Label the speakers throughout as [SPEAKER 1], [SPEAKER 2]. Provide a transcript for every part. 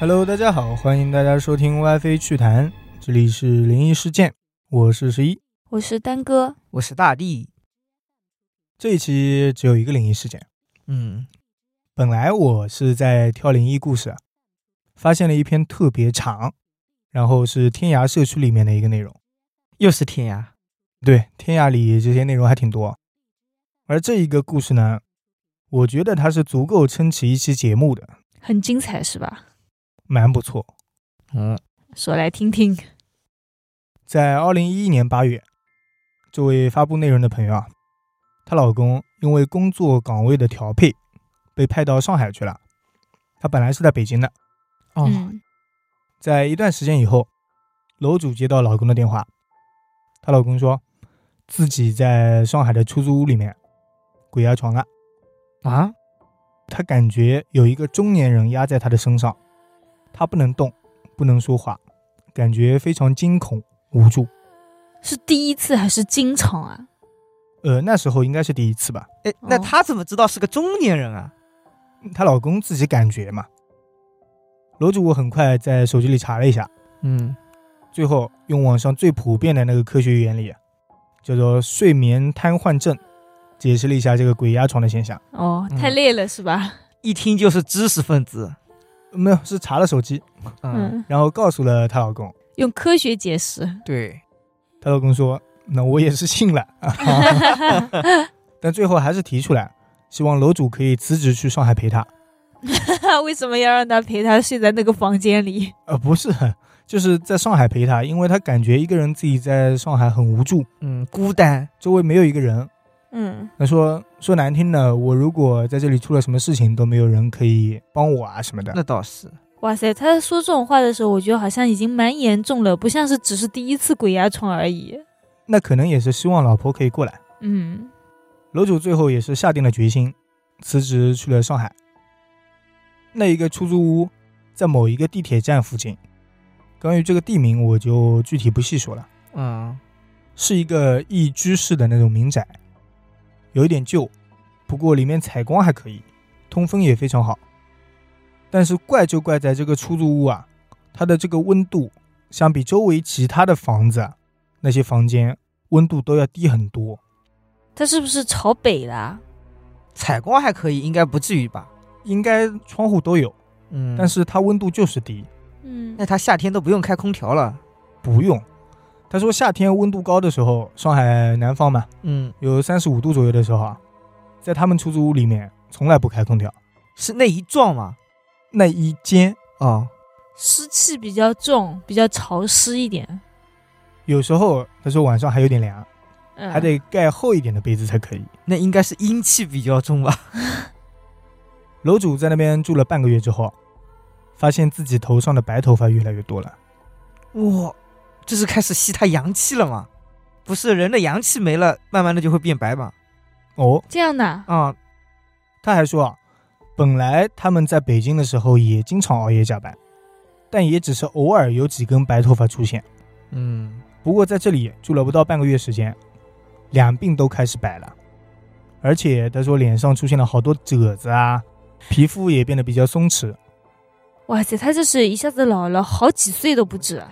[SPEAKER 1] Hello，大家好，欢迎大家收听 WiFi 趣谈，这里是灵异事件，我是十一。
[SPEAKER 2] 我是丹哥，
[SPEAKER 3] 我是大地。
[SPEAKER 1] 这一期只有一个灵异事件，
[SPEAKER 3] 嗯
[SPEAKER 1] 本来我是在挑灵异故事啊，发现了一篇特别长，然后是天涯社区里面的一个内容。，
[SPEAKER 3] 又是天涯。
[SPEAKER 1] 对，天涯里这些内容还挺多。而这一个故事呢，我觉得它是足够撑起一期节目的，
[SPEAKER 2] 很精彩是吧？
[SPEAKER 1] 蛮不错。
[SPEAKER 3] 嗯
[SPEAKER 2] 说来听听。
[SPEAKER 1] 在二零一一年八月，这位发布内容的朋友啊，她老公因为工作岗位的调配，被派到上海去了。他本来是在北京的，
[SPEAKER 3] 哦
[SPEAKER 2] 嗯，
[SPEAKER 1] 在一段时间以后，楼主接到老公的电话，她老公说自己在上海的出租屋里面鬼压床了。
[SPEAKER 3] 啊，
[SPEAKER 1] 他感觉有一个中年人压在他的身上，他不能动，不能说话，感觉非常惊恐无助。
[SPEAKER 2] 是第一次还是经常啊？
[SPEAKER 1] 呃，那时候应该是第一次吧，
[SPEAKER 3] 哎，那
[SPEAKER 2] 哦
[SPEAKER 3] 她怎么知道是个中年人啊？
[SPEAKER 1] 她老公自己感觉嘛。楼主我很快在手机里查了一下，
[SPEAKER 3] 嗯，
[SPEAKER 1] 最后用网上最普遍的那个科学原理，叫做睡眠瘫痪症，解释了一下这个鬼压床的现象。
[SPEAKER 2] 哦，
[SPEAKER 3] 嗯
[SPEAKER 2] 太累了是吧？
[SPEAKER 3] 一听就是知识分子。
[SPEAKER 1] 没有，是查了手机，
[SPEAKER 3] 嗯，
[SPEAKER 2] 嗯，
[SPEAKER 1] 然后告诉了她老公。
[SPEAKER 2] 用科学解释。
[SPEAKER 3] 对，
[SPEAKER 1] 她老公说：“那我也是信了。”
[SPEAKER 3] 哦
[SPEAKER 1] 但最后还是提出来，希望楼主可以辞职去上海陪她。
[SPEAKER 2] 为什么要让他陪他睡在那个房间里？
[SPEAKER 1] 呃，不是，就是在上海陪她，因为她感觉一个人自己在上海很无助，
[SPEAKER 3] 嗯，孤单。
[SPEAKER 1] 周围没有一个人。
[SPEAKER 2] 嗯，
[SPEAKER 1] 那说说难听的，我如果在这里出了什么事情，都没有人可以帮我啊什么的。
[SPEAKER 3] 那倒是。
[SPEAKER 2] 哇塞，他说这种话的时候，我觉得好像已经蛮严重了，不像是只是第一次鬼压床而已。
[SPEAKER 1] 那可能也是希望老婆可以过来。
[SPEAKER 2] 嗯，
[SPEAKER 1] 楼主最后也是下定了决心，辞职去了上海。那一个出租屋在某一个地铁站附近，关于这个地名我就具体不细说了，
[SPEAKER 3] 嗯
[SPEAKER 1] 是一个一居室的那种民宅，有一点旧，不过里面采光还可以，通风也非常好。但是怪就怪在这个出租屋啊，它的这个温度相比周围其他的房子啊那些房间温度都要低很多。
[SPEAKER 2] 他是不是朝北啦？
[SPEAKER 3] 采光还可以，应该不至于吧？
[SPEAKER 1] 应该窗户都有，
[SPEAKER 3] 嗯
[SPEAKER 1] 但是它温度就是低，
[SPEAKER 2] 嗯
[SPEAKER 3] 那，她夏天都不用开空调了。
[SPEAKER 1] 不用。他说夏天温度高的时候，上海南方嘛，
[SPEAKER 3] 嗯，
[SPEAKER 1] 有三十五度左右的时候啊，在他们出租屋里面从来不开空调，
[SPEAKER 3] 是那一幢吗？
[SPEAKER 1] 那一间
[SPEAKER 3] 哦，
[SPEAKER 2] 湿气比较重，比较潮湿一点。
[SPEAKER 1] 有时候他说晚上还有点凉，
[SPEAKER 2] 嗯、
[SPEAKER 1] 还得盖厚一点的被子才可以。
[SPEAKER 3] 那应该是阴气比较重吧？
[SPEAKER 1] 楼主在那边住了半个月之后，发现自己头上的白头发越来越多了。
[SPEAKER 3] 哇，这是开始吸她阳气了吗？不是，人的阳气没了，慢慢的就会变白嘛。
[SPEAKER 1] 哦，
[SPEAKER 2] 这样的。
[SPEAKER 3] 啊、
[SPEAKER 1] 他还说啊，本来他们在北京的时候也经常熬夜加班，但也只是偶尔有几根白头发出现。
[SPEAKER 3] 嗯，
[SPEAKER 1] 不过在这里住了不到半个月时间，两鬓都开始白了，而且他说脸上出现了好多褶子啊，皮肤也变得比较松弛，
[SPEAKER 2] 哇塞，他这是一下子老了好几岁都不止。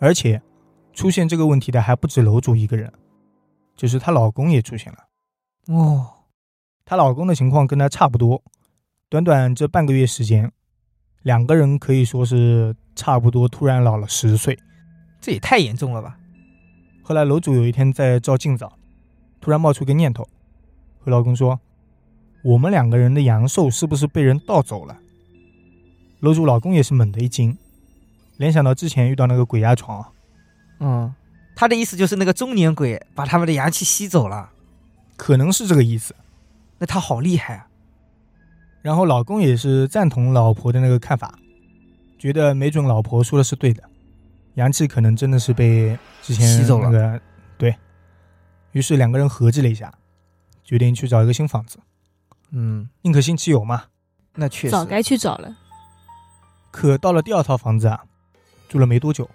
[SPEAKER 1] 而且出现这个问题的还不止楼主一个人，就是她老公也出现了。
[SPEAKER 3] 哦，
[SPEAKER 1] 她老公的情况跟她差不多，短短这半个月时间，两个人可以说是差不多突然老了十岁。
[SPEAKER 3] 这也太严重了吧？
[SPEAKER 1] 后来楼主有一天在照镜子啊，突然冒出一个念头，和老公说：“我们两个人的阳寿是不是被人盗走了？”楼主老公也是猛地一惊，联想到之前遇到那个鬼压床啊，
[SPEAKER 3] 嗯，他的意思就是那个中年鬼把他们的阳气吸走了，
[SPEAKER 1] 可能是这个意思。
[SPEAKER 3] 那他好厉害啊！
[SPEAKER 1] 然后老公也是赞同老婆的那个看法，觉得没准老婆说的是对的，阳气可能真的是被之前
[SPEAKER 3] 吸走了
[SPEAKER 1] 那个对于是两个人合计了一下，决定去找一个新房子，
[SPEAKER 3] 嗯，
[SPEAKER 1] 宁可信其有嘛。
[SPEAKER 3] 那确
[SPEAKER 2] 早
[SPEAKER 3] 实，
[SPEAKER 2] 该去找了。
[SPEAKER 1] 可到了第二套房子啊，住了没多久，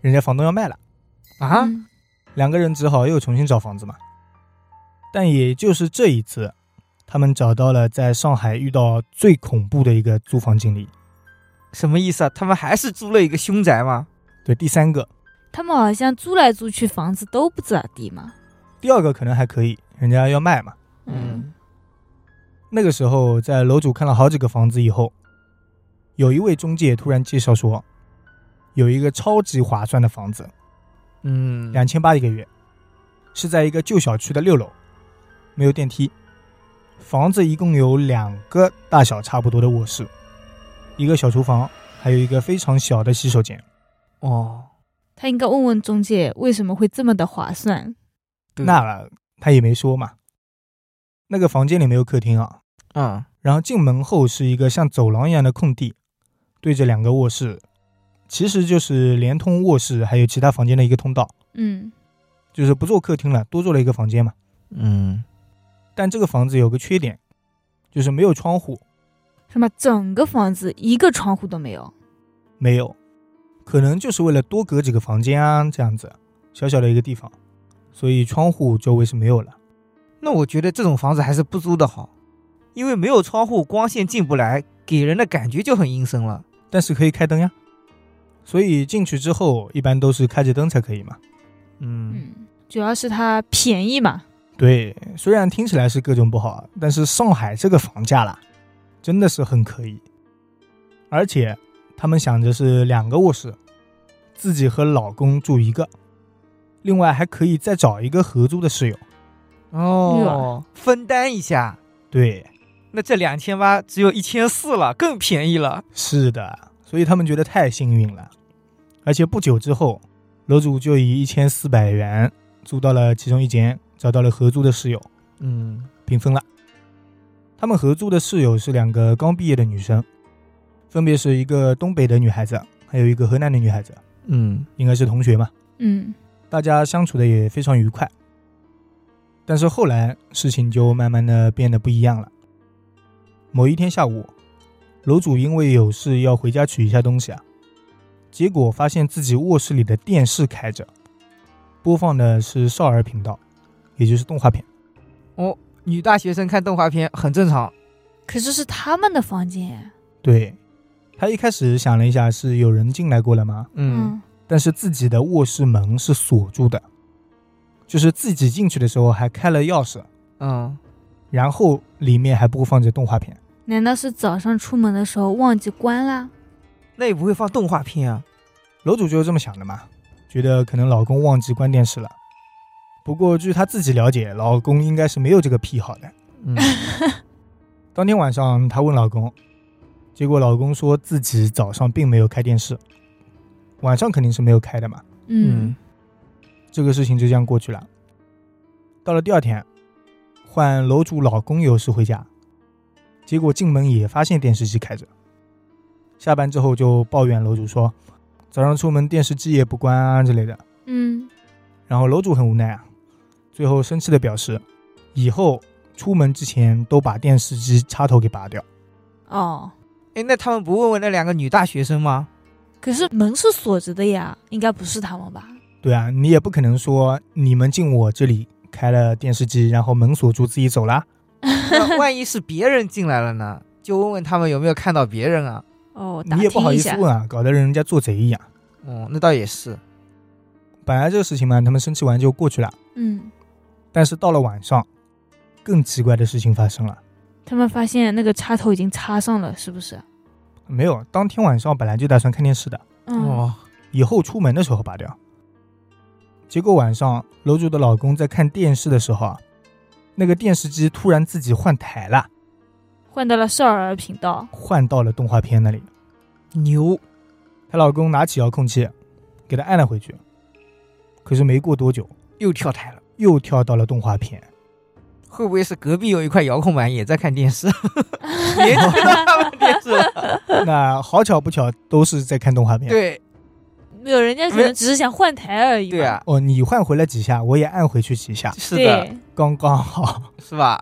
[SPEAKER 1] 人家房东要卖了，
[SPEAKER 3] 啊，
[SPEAKER 2] 嗯
[SPEAKER 1] 两个人只好又重新找房子嘛。但也就是这一次，他们找到了在上海遇到最恐怖的一个租房经理，
[SPEAKER 3] 什么意思啊？他们还是租了一个凶宅吗？
[SPEAKER 1] 对，第三个，
[SPEAKER 2] 他们好像租来租去房子都不咋地嘛。
[SPEAKER 1] 第二个可能还可以，人家要卖嘛。
[SPEAKER 2] 嗯，
[SPEAKER 1] 那个时候，在楼主看了好几个房子以后，有一位中介突然介绍说，有一个超级划算的房子，
[SPEAKER 3] 嗯，
[SPEAKER 1] 两千八一个月，是在一个旧小区的六楼，没有电梯。房子一共有两个大小差不多的卧室，一个小厨房，还有一个非常小的洗手间。
[SPEAKER 3] 哦，
[SPEAKER 2] 他应该问问中介为什么会这么的划算。
[SPEAKER 3] 对
[SPEAKER 1] 那他也没说嘛。那个房间里没有客厅啊，
[SPEAKER 3] 嗯
[SPEAKER 1] 然后进门后是一个像走廊一样的空地，对着两个卧室，其实就是连通卧室还有其他房间的一个通道，
[SPEAKER 2] 嗯，
[SPEAKER 1] 就是不做客厅了，多做了一个房间嘛。
[SPEAKER 3] 嗯，
[SPEAKER 1] 但这个房子有个缺点，就是没有窗户，
[SPEAKER 2] 什么整个房子一个窗户都没有。
[SPEAKER 1] 没有，可能就是为了多隔几个房间啊，这样子小小的一个地方，所以窗户周围是没有了。
[SPEAKER 3] 那我觉得这种房子还是不租的好，因为没有窗户，光线进不来，给人的感觉就很阴森了。
[SPEAKER 1] 但是可以开灯呀。所以进去之后，一般都是开着灯才可以嘛。
[SPEAKER 3] 嗯，
[SPEAKER 2] 嗯，主要是它便宜嘛。
[SPEAKER 1] 对，虽然听起来是各种不好，但是上海这个房价啦，真的是很可以。而且他们想着是两个卧室，自己和老公住一个，另外还可以再找一个合租的室友。
[SPEAKER 3] 哦，分担一下，
[SPEAKER 1] 对，
[SPEAKER 3] 那这两千八只有一千四了，更便宜了。
[SPEAKER 1] 是的，所以他们觉得太幸运了。而且不久之后，楼主就以一千四百元租到了其中一间，找到了合租的室友，
[SPEAKER 3] 嗯
[SPEAKER 1] 平分了。他们合租的室友是两个刚毕业的女生，分别是一个东北的女孩子，还有一个河南的女孩子，
[SPEAKER 3] 嗯
[SPEAKER 1] 应该是同学嘛。
[SPEAKER 2] 嗯，
[SPEAKER 1] 大家相处的也非常愉快。但是后来事情就慢慢的变得不一样了。某一天下午，楼主因为有事要回家取一下东西啊，结果发现自己卧室里的电视开着，播放的是少儿频道，也就是动画片。
[SPEAKER 3] 哦，女大学生看动画片很正常。
[SPEAKER 2] 可是是他们的房间。
[SPEAKER 1] 对，他一开始想了一下，是有人进来过了吗？
[SPEAKER 3] 嗯，
[SPEAKER 1] 但是自己的卧室门是锁住的，就是自己进去的时候还开了钥匙，
[SPEAKER 3] 嗯，
[SPEAKER 1] 然后里面还播放着动画片。
[SPEAKER 2] 难道是早上出门的时候忘记关啦？
[SPEAKER 3] 那也不会放动画片啊。
[SPEAKER 1] 楼主就是这么想的嘛，觉得可能老公忘记关电视了。不过据她自己了解，老公应该是没有这个癖好的。
[SPEAKER 3] 嗯
[SPEAKER 1] 当天晚上，她问老公，结果老公说自己早上并没有开电视，晚上肯定是没有开的嘛。
[SPEAKER 2] 嗯，
[SPEAKER 1] 这个事情就这样过去了。到了第二天，换楼主老公有事回家，结果进门也发现电视机开着。下班之后就抱怨楼主说，早上出门电视机也不关啊之类的。
[SPEAKER 2] 嗯，
[SPEAKER 1] 然后楼主很无奈啊，最后生气的表示，以后出门之前都把电视机插头给拔掉。
[SPEAKER 2] 哦，
[SPEAKER 3] 哎，那他们不问问那两个女大学生吗？
[SPEAKER 2] 可是门是锁着的呀，应该不是他们吧？
[SPEAKER 1] 对啊，你也不可能说你们进我这里开了电视机，然后门锁住自己走啦。
[SPEAKER 3] 那万一是别人进来了呢？就问问他们有没有看到别人啊？
[SPEAKER 2] 哦，打
[SPEAKER 1] 你也不好
[SPEAKER 2] 听一
[SPEAKER 1] 意思
[SPEAKER 2] 下。
[SPEAKER 1] 问啊，搞得人家做贼一样。
[SPEAKER 3] 哦，那倒也是。
[SPEAKER 1] 本来这个事情嘛，他们生气完就过去了，
[SPEAKER 2] 嗯，
[SPEAKER 1] 但是到了晚上，更奇怪的事情发生了。
[SPEAKER 2] 他们发现那个插头已经插上了，是不是？
[SPEAKER 1] 没有，当天晚上本来就打算看电视的，
[SPEAKER 2] 嗯，，
[SPEAKER 3] 哦
[SPEAKER 1] 以后出门的时候拔掉。结果晚上楼主的老公在看电视的时候啊，那个电视机突然自己换台了，
[SPEAKER 2] 换到了少儿频道。
[SPEAKER 1] 换到了动画片那里。
[SPEAKER 3] 牛！
[SPEAKER 1] 她老公拿起遥控器，给她按了回去，可是没过多久
[SPEAKER 3] 又跳台了。
[SPEAKER 1] 又跳到了动画 片。
[SPEAKER 3] 会不会是隔壁有一块遥控板也在看电 视，也听到他们电视了？
[SPEAKER 1] 那好巧不巧，都是在看动画片。
[SPEAKER 3] 对
[SPEAKER 2] 没有，人家可
[SPEAKER 3] 没
[SPEAKER 2] 能只是想换台而已。
[SPEAKER 3] 对，啊，
[SPEAKER 1] 哦，你换回来几下，我也按回去几下，
[SPEAKER 3] 是的，
[SPEAKER 2] 对。
[SPEAKER 1] 刚刚好。
[SPEAKER 3] 是吧？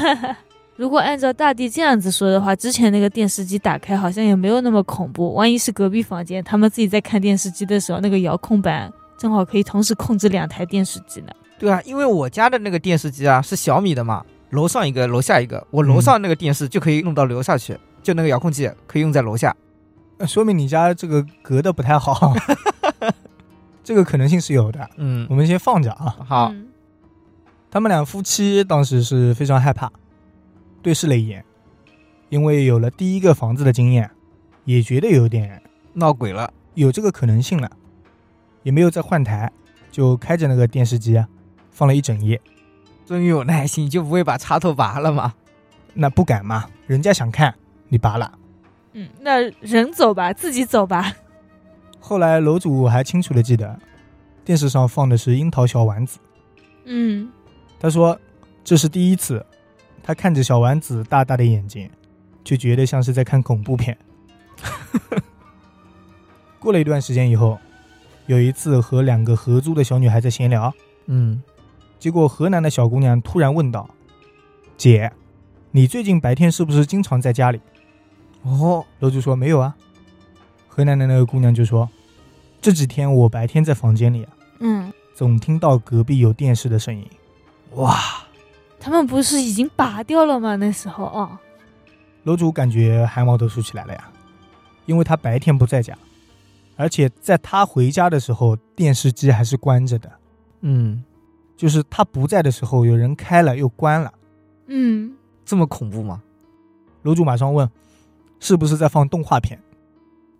[SPEAKER 2] 如果按照大地这样子说的话，之前那个电视机打开好像也没有那么恐怖。万一是隔壁房间，他们自己在看电视机的时候，那个遥控板正好可以同时控制两台电视机呢。
[SPEAKER 3] 对啊，因为我家的那个电视机啊是小米的嘛，楼上一个，楼下一个，我楼上那个电视就可以弄到楼下去，就那个遥控器可以用在楼下，
[SPEAKER 1] 那说明你家这个隔的不太好， 这个可能性是有的。
[SPEAKER 3] 嗯
[SPEAKER 1] 我，们先放着啊。
[SPEAKER 3] 好，
[SPEAKER 2] 嗯
[SPEAKER 1] 他们俩夫妻当时是非常害怕，对视了一眼，因为有了第一个房子的经验，也觉得有点
[SPEAKER 3] 闹鬼了。
[SPEAKER 1] 有这个可能性了，也没有再换台，就开着那个电视机啊，放了一整夜。
[SPEAKER 3] 终于有耐心，就不会把插头拔了吗？
[SPEAKER 1] 那不敢嘛，人家想看你拔了。
[SPEAKER 2] 嗯，那人走吧，自己走吧。
[SPEAKER 1] 后来楼主还清楚的记得，电视上放的是樱桃小丸子。
[SPEAKER 2] 嗯，
[SPEAKER 1] 他说这是第一次，他看着小丸子大大的眼睛，就觉得像是在看恐怖片。 过了一段时间以后，有一次和两个合租的小女孩在闲聊，
[SPEAKER 3] 嗯，
[SPEAKER 1] 结果河南的小姑娘突然问道：“姐，你最近白天是不是经常在家里
[SPEAKER 3] 哦，？”
[SPEAKER 1] 楼主说：“没有啊。”河南的那个姑娘就说：“这几天我白天在房间里啊，
[SPEAKER 2] 嗯，
[SPEAKER 1] 总听到隔壁有电视的声音。”
[SPEAKER 3] 哇，
[SPEAKER 2] 他们不是已经拔掉了吗？那时候哦，
[SPEAKER 1] 楼主感觉汗毛都竖起来了呀，因为他白天不在家，而且在他回家的时候，电视机还是关着的，
[SPEAKER 3] 嗯，
[SPEAKER 1] 就是他不在的时候，有人开了又关了。
[SPEAKER 2] 嗯，
[SPEAKER 3] 这么恐怖吗？
[SPEAKER 1] 楼主马上问：“是不是在放动画片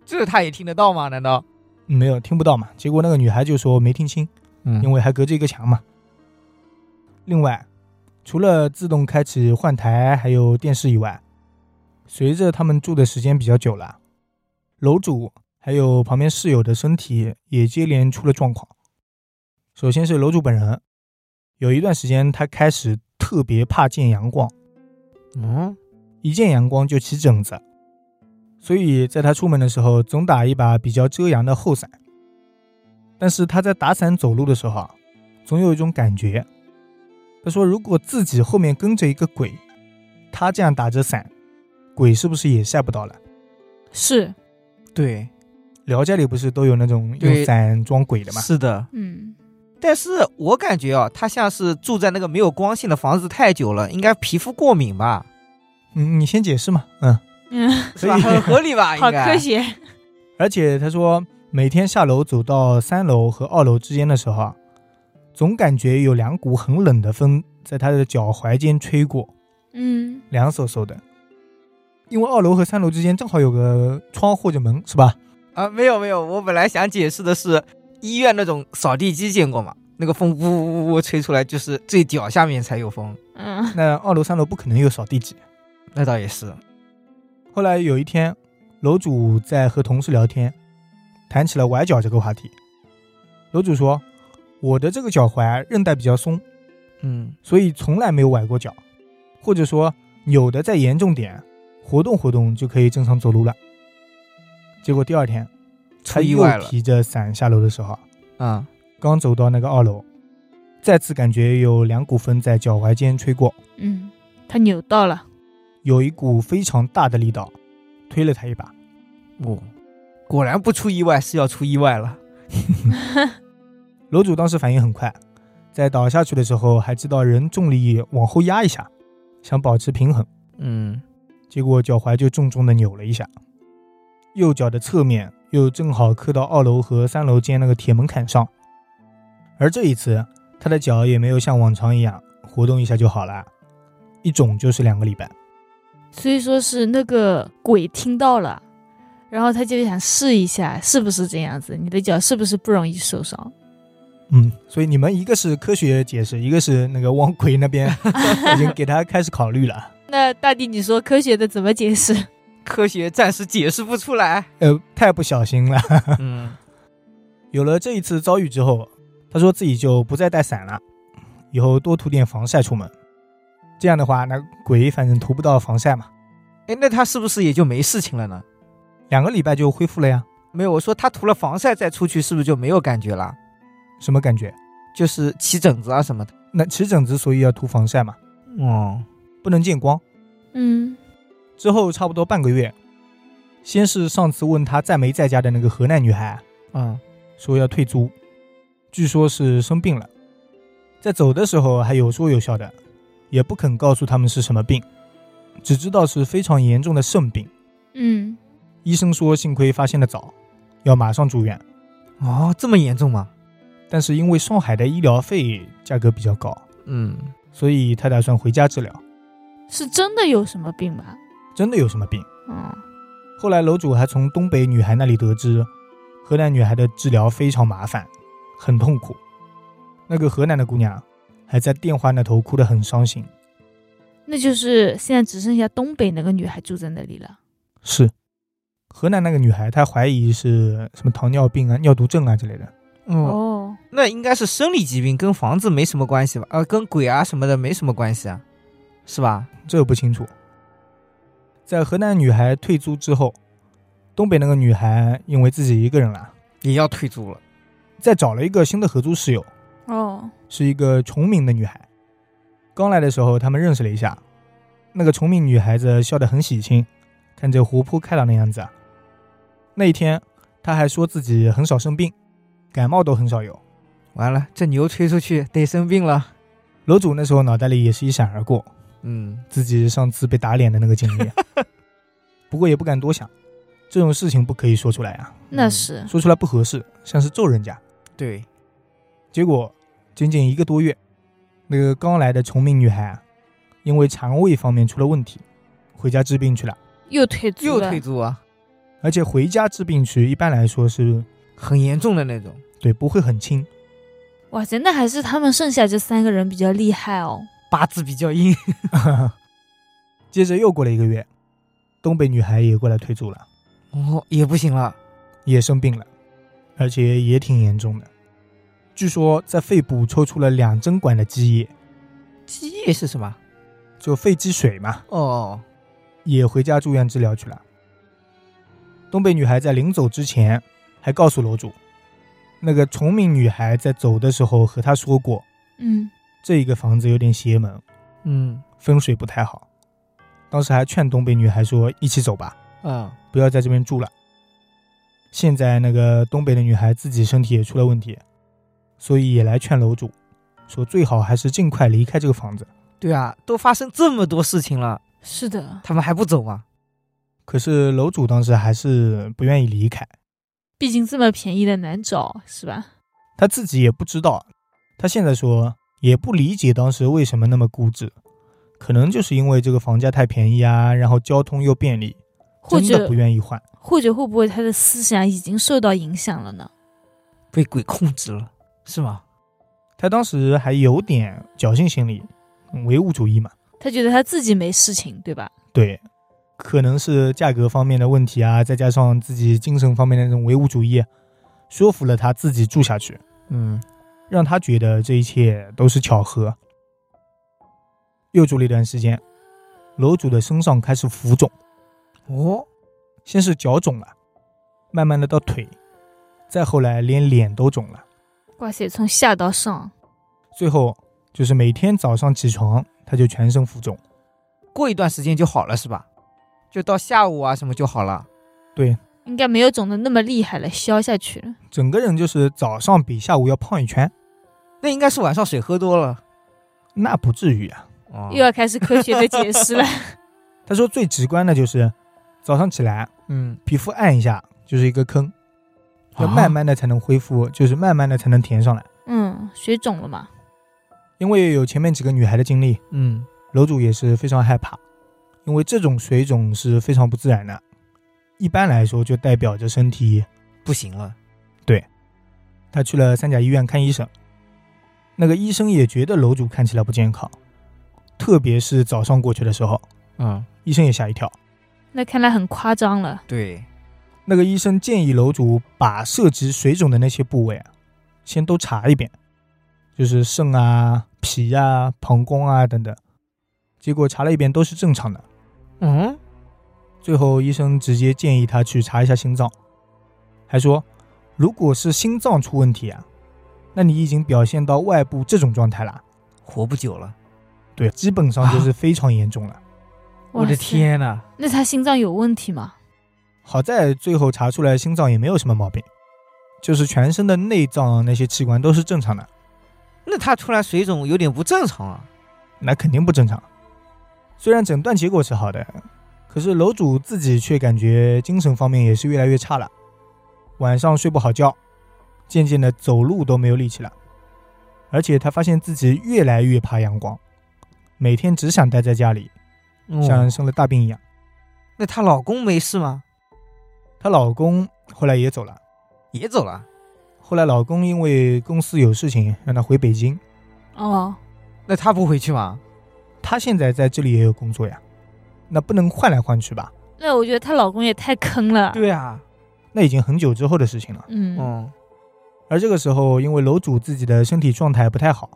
[SPEAKER 3] 这他也听得到吗？难道？？”
[SPEAKER 1] 嗯没有，听不到嘛。结果那个女孩就说没听清，因
[SPEAKER 3] 嗯，
[SPEAKER 1] 为还隔着一个墙嘛。另外，除了自动开启换台还有电视以外，随着他们住的时间比较久了，楼主还有旁边室友的身体也接连出了状况。首先是楼主本人，有一段时间他开始特别怕见阳光，
[SPEAKER 3] 嗯，
[SPEAKER 1] 一见阳光就起疹子，所以在他出门的时候总打一把比较遮阳的厚伞。但是他在打伞走路的时候啊，总有一种感觉。他说，如果自己后面跟着一个鬼，他这样打着伞，鬼是不是也晒不到了？
[SPEAKER 2] 是，
[SPEAKER 3] 对，
[SPEAKER 1] 《聊斋》里不是都有那种用
[SPEAKER 3] 对
[SPEAKER 1] 伞装鬼的吗？
[SPEAKER 3] 是的。
[SPEAKER 2] 嗯，
[SPEAKER 3] 但是我感觉啊，他像是住在那个没有光线的房子太久了，应该皮肤过敏吧？
[SPEAKER 1] 嗯，你先解释嘛。嗯，
[SPEAKER 2] 嗯，
[SPEAKER 1] 可
[SPEAKER 3] 是
[SPEAKER 1] 以
[SPEAKER 3] 吧？。很合理吧？应
[SPEAKER 2] 好
[SPEAKER 3] 该。
[SPEAKER 2] 科学。
[SPEAKER 1] 而且他说，每天下楼走到三楼和二楼之间的时候啊，总感觉有两股很冷的风在他的脚踝间吹过，
[SPEAKER 2] 嗯
[SPEAKER 1] 凉飕飕的。因为二楼和三楼之间正好有个窗或者门，是吧？
[SPEAKER 3] 啊，没有没有，我本来想解释的是，医院那种扫地机见过吗？那个风呜呜呜呜吹出来，就是最脚下面才有风。
[SPEAKER 2] 嗯
[SPEAKER 1] 那二楼、三楼不可能有扫地机。
[SPEAKER 3] 那倒也是，
[SPEAKER 1] 后来有一天，楼主在和同事聊天，谈起了崴脚这个话题。楼主说：“我的这个脚踝韧带比较松，
[SPEAKER 3] 嗯，
[SPEAKER 1] 所以从来没有崴过脚，或者说有的再严重点，活动活动就可以正常走路了。结果第二天，
[SPEAKER 3] 出
[SPEAKER 1] 他
[SPEAKER 3] 意
[SPEAKER 1] 又
[SPEAKER 3] 外了
[SPEAKER 1] 提着伞下楼的时候，
[SPEAKER 3] 啊、
[SPEAKER 1] 刚走到那个二楼，再次感觉有两股风在脚踝间吹过，
[SPEAKER 2] 嗯，他扭到 了。
[SPEAKER 1] 有一股非常大的力道，推了他一把。
[SPEAKER 3] 哦，果然不出意外是要出意外了。
[SPEAKER 1] 楼主当时反应很快，在倒下去的时候还知道人重力往后压一下，想保持平衡，
[SPEAKER 3] 嗯，
[SPEAKER 1] 结果脚踝就重重的扭了一下，右脚的侧面又正好磕到二楼和三楼间那个铁门槛上。而这一次，他的脚也没有像往常一样活动一下就好了，一肿就是两个礼拜。
[SPEAKER 2] 所以说是那个鬼听到了，然后他就想试一下是不是这样子，你的脚是不是不容易受伤？
[SPEAKER 1] 嗯，所以你们一个是科学解释，一个是那个汪奎那边已经给他开始考虑了。
[SPEAKER 2] 那大弟，你说科学的怎么解释？
[SPEAKER 3] 科学暂时解释不出来。
[SPEAKER 1] 呃，太不小心了。
[SPEAKER 3] 嗯，
[SPEAKER 1] 有了这一次遭遇之后，他说自己就不再带伞了，以后多涂点防晒出门。这样的话，那鬼反正涂不到防晒嘛，
[SPEAKER 3] 哎，那他是不是也就没事情了呢？
[SPEAKER 1] 两个礼拜就恢复了呀。
[SPEAKER 3] 没有，我说他涂了防晒再出去，是不是就没有感觉了？
[SPEAKER 1] 什么感觉？
[SPEAKER 3] 就是起疹子啊什么的。
[SPEAKER 1] 那起疹子，所以要涂防晒嘛，
[SPEAKER 3] 哦，
[SPEAKER 1] 不能见光。
[SPEAKER 2] 嗯
[SPEAKER 1] 之后差不多半个月，先是上次问他在没在家的那个河南女孩，啊
[SPEAKER 3] 嗯，
[SPEAKER 1] 说要退租，据说是生病了，在走的时候还有说有笑的，也不肯告诉他们是什么病，只知道是非常严重的肾病。
[SPEAKER 2] 嗯
[SPEAKER 1] 医生说幸亏发现的早，要马上住院。
[SPEAKER 3] 哦，这么严重吗？
[SPEAKER 1] 但是因为上海的医疗费价格比较高，
[SPEAKER 3] 嗯，
[SPEAKER 1] 所以他打算回家治疗。
[SPEAKER 2] 是真的有什么病吧？
[SPEAKER 1] 真的有什么病？
[SPEAKER 2] 嗯，
[SPEAKER 1] 后来楼主还从东北女孩那里得知，河南女孩的治疗非常麻烦，很痛苦。那个河南的姑娘还在电话那头哭得很伤心。
[SPEAKER 2] 那就是现在只剩下东北那个女孩住在那里了。
[SPEAKER 1] 是，河南那个女孩她怀疑是什么糖尿病啊、尿毒症啊之类的。
[SPEAKER 3] 哦，
[SPEAKER 2] 哦，
[SPEAKER 3] 那应该是生理疾病，跟房子没什么关系吧？呃，跟鬼啊什么的没什么关系啊，是吧？
[SPEAKER 1] 这不清楚。在河南女孩退租之后，东北那个女孩因为自己一个人了，
[SPEAKER 3] 也要退租了。
[SPEAKER 1] 再找了一个新的合租室友，
[SPEAKER 2] 哦，
[SPEAKER 1] 是一个崇明的女孩。刚来的时候，他们认识了一下。那个崇明女孩子笑得很喜庆，看着活泼开朗的样子啊。那一天，她还说自己很少生病，感冒都很少有。
[SPEAKER 3] 完了，这牛吹出去得生病了。
[SPEAKER 1] 楼主那时候脑袋里也是一闪而过，
[SPEAKER 3] 嗯，
[SPEAKER 1] 自己上次被打脸的那个经历，啊不过也不敢多想，这种事情不可以说出来啊，
[SPEAKER 2] 那
[SPEAKER 3] 嗯
[SPEAKER 2] 是
[SPEAKER 1] 说出来不合适，像是咒人家。
[SPEAKER 3] 对，
[SPEAKER 1] 结果仅仅一个多月，那个刚来的崇明女孩啊，因为肠胃方面出了问题，回家治病去了。
[SPEAKER 2] 又退租
[SPEAKER 3] 又
[SPEAKER 2] 了
[SPEAKER 3] 退租啊，
[SPEAKER 1] 而且回家治病去，一般来说是
[SPEAKER 3] 很严重的那种。
[SPEAKER 1] 对不会很轻，
[SPEAKER 2] 哇塞，那还是他们剩下这三个人比较厉害哦。
[SPEAKER 3] 八字比较硬，
[SPEAKER 1] 接着又过了一个月，东北女孩也过来退租了，
[SPEAKER 3] 哦，也不行了。
[SPEAKER 1] 也生病了，而且也挺严重的。据说在肺部抽出了两针管的积液，
[SPEAKER 3] 积液是什么？
[SPEAKER 1] 就肺积水嘛，
[SPEAKER 3] 哦，
[SPEAKER 1] 也回家住院治疗去了。东北女孩在临走之前还告诉楼主，那个崇明女孩在走的时候和她说过，
[SPEAKER 2] 嗯，
[SPEAKER 1] 这一个房子有点邪门，
[SPEAKER 3] 嗯，
[SPEAKER 1] 风水不太好。当时还劝东北女孩说一起走吧，
[SPEAKER 3] 啊，
[SPEAKER 1] 不要在这边住了。现在那个东北的女孩自己身体也出了问题，所以也来劝楼主，说最好还是尽快离开这个房子。
[SPEAKER 3] 对啊，都发生这么多事情了，
[SPEAKER 2] 是的，
[SPEAKER 3] 他们还不走啊吗？
[SPEAKER 1] 可是楼主当时还是不愿意离开，
[SPEAKER 2] 毕竟这么便宜的难找，是吧？
[SPEAKER 1] 他自己也不知道，他现在说也不理解当时为什么那么固执，可能就是因为这个房价太便宜啊，然后交通又便利，
[SPEAKER 2] 或
[SPEAKER 1] 真的
[SPEAKER 2] 者
[SPEAKER 1] 不愿意换。
[SPEAKER 2] 或者会不会他的思想已经受到影响了呢？
[SPEAKER 3] 被鬼控制了，是吗？
[SPEAKER 1] 他当时还有点侥幸心理，嗯唯物主义嘛，
[SPEAKER 2] 他觉得他自己没事情，对吧？
[SPEAKER 1] 对，可能是价格方面的问题啊，再加上自己精神方面的那种唯物主义，啊说服了他自己住下去，
[SPEAKER 3] 嗯，
[SPEAKER 1] 让他觉得这一切都是巧合。又住了一段时间，楼主的身上开始浮肿，
[SPEAKER 3] 哦，
[SPEAKER 1] 先是脚肿了，慢慢的到腿，再后来连脸都肿了，
[SPEAKER 2] 哇塞，从下到上，
[SPEAKER 1] 最后就是每天早上起床他就全身浮肿。
[SPEAKER 3] 过一段时间就好了是吧？就到下午啊什么就好了。
[SPEAKER 2] 应该没有肿的那么厉害了，消下去了。
[SPEAKER 1] 整个人就是早上比下午要胖一圈，
[SPEAKER 3] 那应该是晚上水喝多了。
[SPEAKER 1] 那不至于啊。
[SPEAKER 3] 哦
[SPEAKER 2] 又要开始科学的解释 了。
[SPEAKER 1] 他说最直观的就是早上起来
[SPEAKER 3] 嗯，
[SPEAKER 1] 皮肤按一下就是一个坑，要
[SPEAKER 3] 啊
[SPEAKER 1] 慢慢的才能恢复，就是慢慢的才能填上来。
[SPEAKER 2] 嗯，水肿了嘛？
[SPEAKER 1] 因为有前面几个女孩的经历，
[SPEAKER 3] 嗯，
[SPEAKER 1] 楼主也是非常害怕，因为这种水肿是非常不自然的，一般来说就代表着身体。
[SPEAKER 3] 不行了。
[SPEAKER 1] 他去了三甲医院看医生，那个医生也觉得楼主看起来不健康，特别是早上过去的时候，
[SPEAKER 3] 嗯，
[SPEAKER 1] 医生也吓一跳。
[SPEAKER 2] 那看来很夸张了。
[SPEAKER 3] 对，
[SPEAKER 1] 那个医生建议楼主把涉及水肿的那些部位啊，先都查一遍，就是肾啊、脾啊、膀胱啊等等。结果查了一遍都是正常的，
[SPEAKER 3] 嗯，
[SPEAKER 1] 最后医生直接建议他去查一下心脏，还说如果是心脏出问题啊，那你已经表现到外部这种状态了，
[SPEAKER 3] 活不久了。
[SPEAKER 1] 对，基本上就是非常严重了。
[SPEAKER 2] 哇
[SPEAKER 3] 我的
[SPEAKER 2] 塞！
[SPEAKER 3] 天呐，
[SPEAKER 2] 那他心脏有问题吗？
[SPEAKER 1] 好在最后查出来心脏也没有什么毛病，就是全身的内脏那些器官都是正常的。
[SPEAKER 3] 那他突然水肿有点不正常啊。
[SPEAKER 1] 那肯定不正常。虽然诊断结果是好的，可是楼主自己却感觉精神方面也是越来越差了，晚上睡不好觉，渐渐的走路都没有力气了，而且他发现自己越来越怕阳光，每天只想待在家里，像
[SPEAKER 3] 哦
[SPEAKER 1] 生了大病一样。
[SPEAKER 3] 那她老公没事吗？
[SPEAKER 1] 她老公后来也走了，
[SPEAKER 3] 也走了。
[SPEAKER 1] 后来老公因为公司有事情让她回北京，
[SPEAKER 2] 哦，
[SPEAKER 3] 那她不回去吗？
[SPEAKER 1] 她现在在这里也有工作呀，那不能换来换去吧？
[SPEAKER 2] 那我觉得她老公也太坑了。
[SPEAKER 3] 对啊，
[SPEAKER 1] 那已经很久之后的事情了。
[SPEAKER 2] 嗯，
[SPEAKER 3] 嗯，
[SPEAKER 1] 而这个时候，因为楼主自己的身体状态不太好，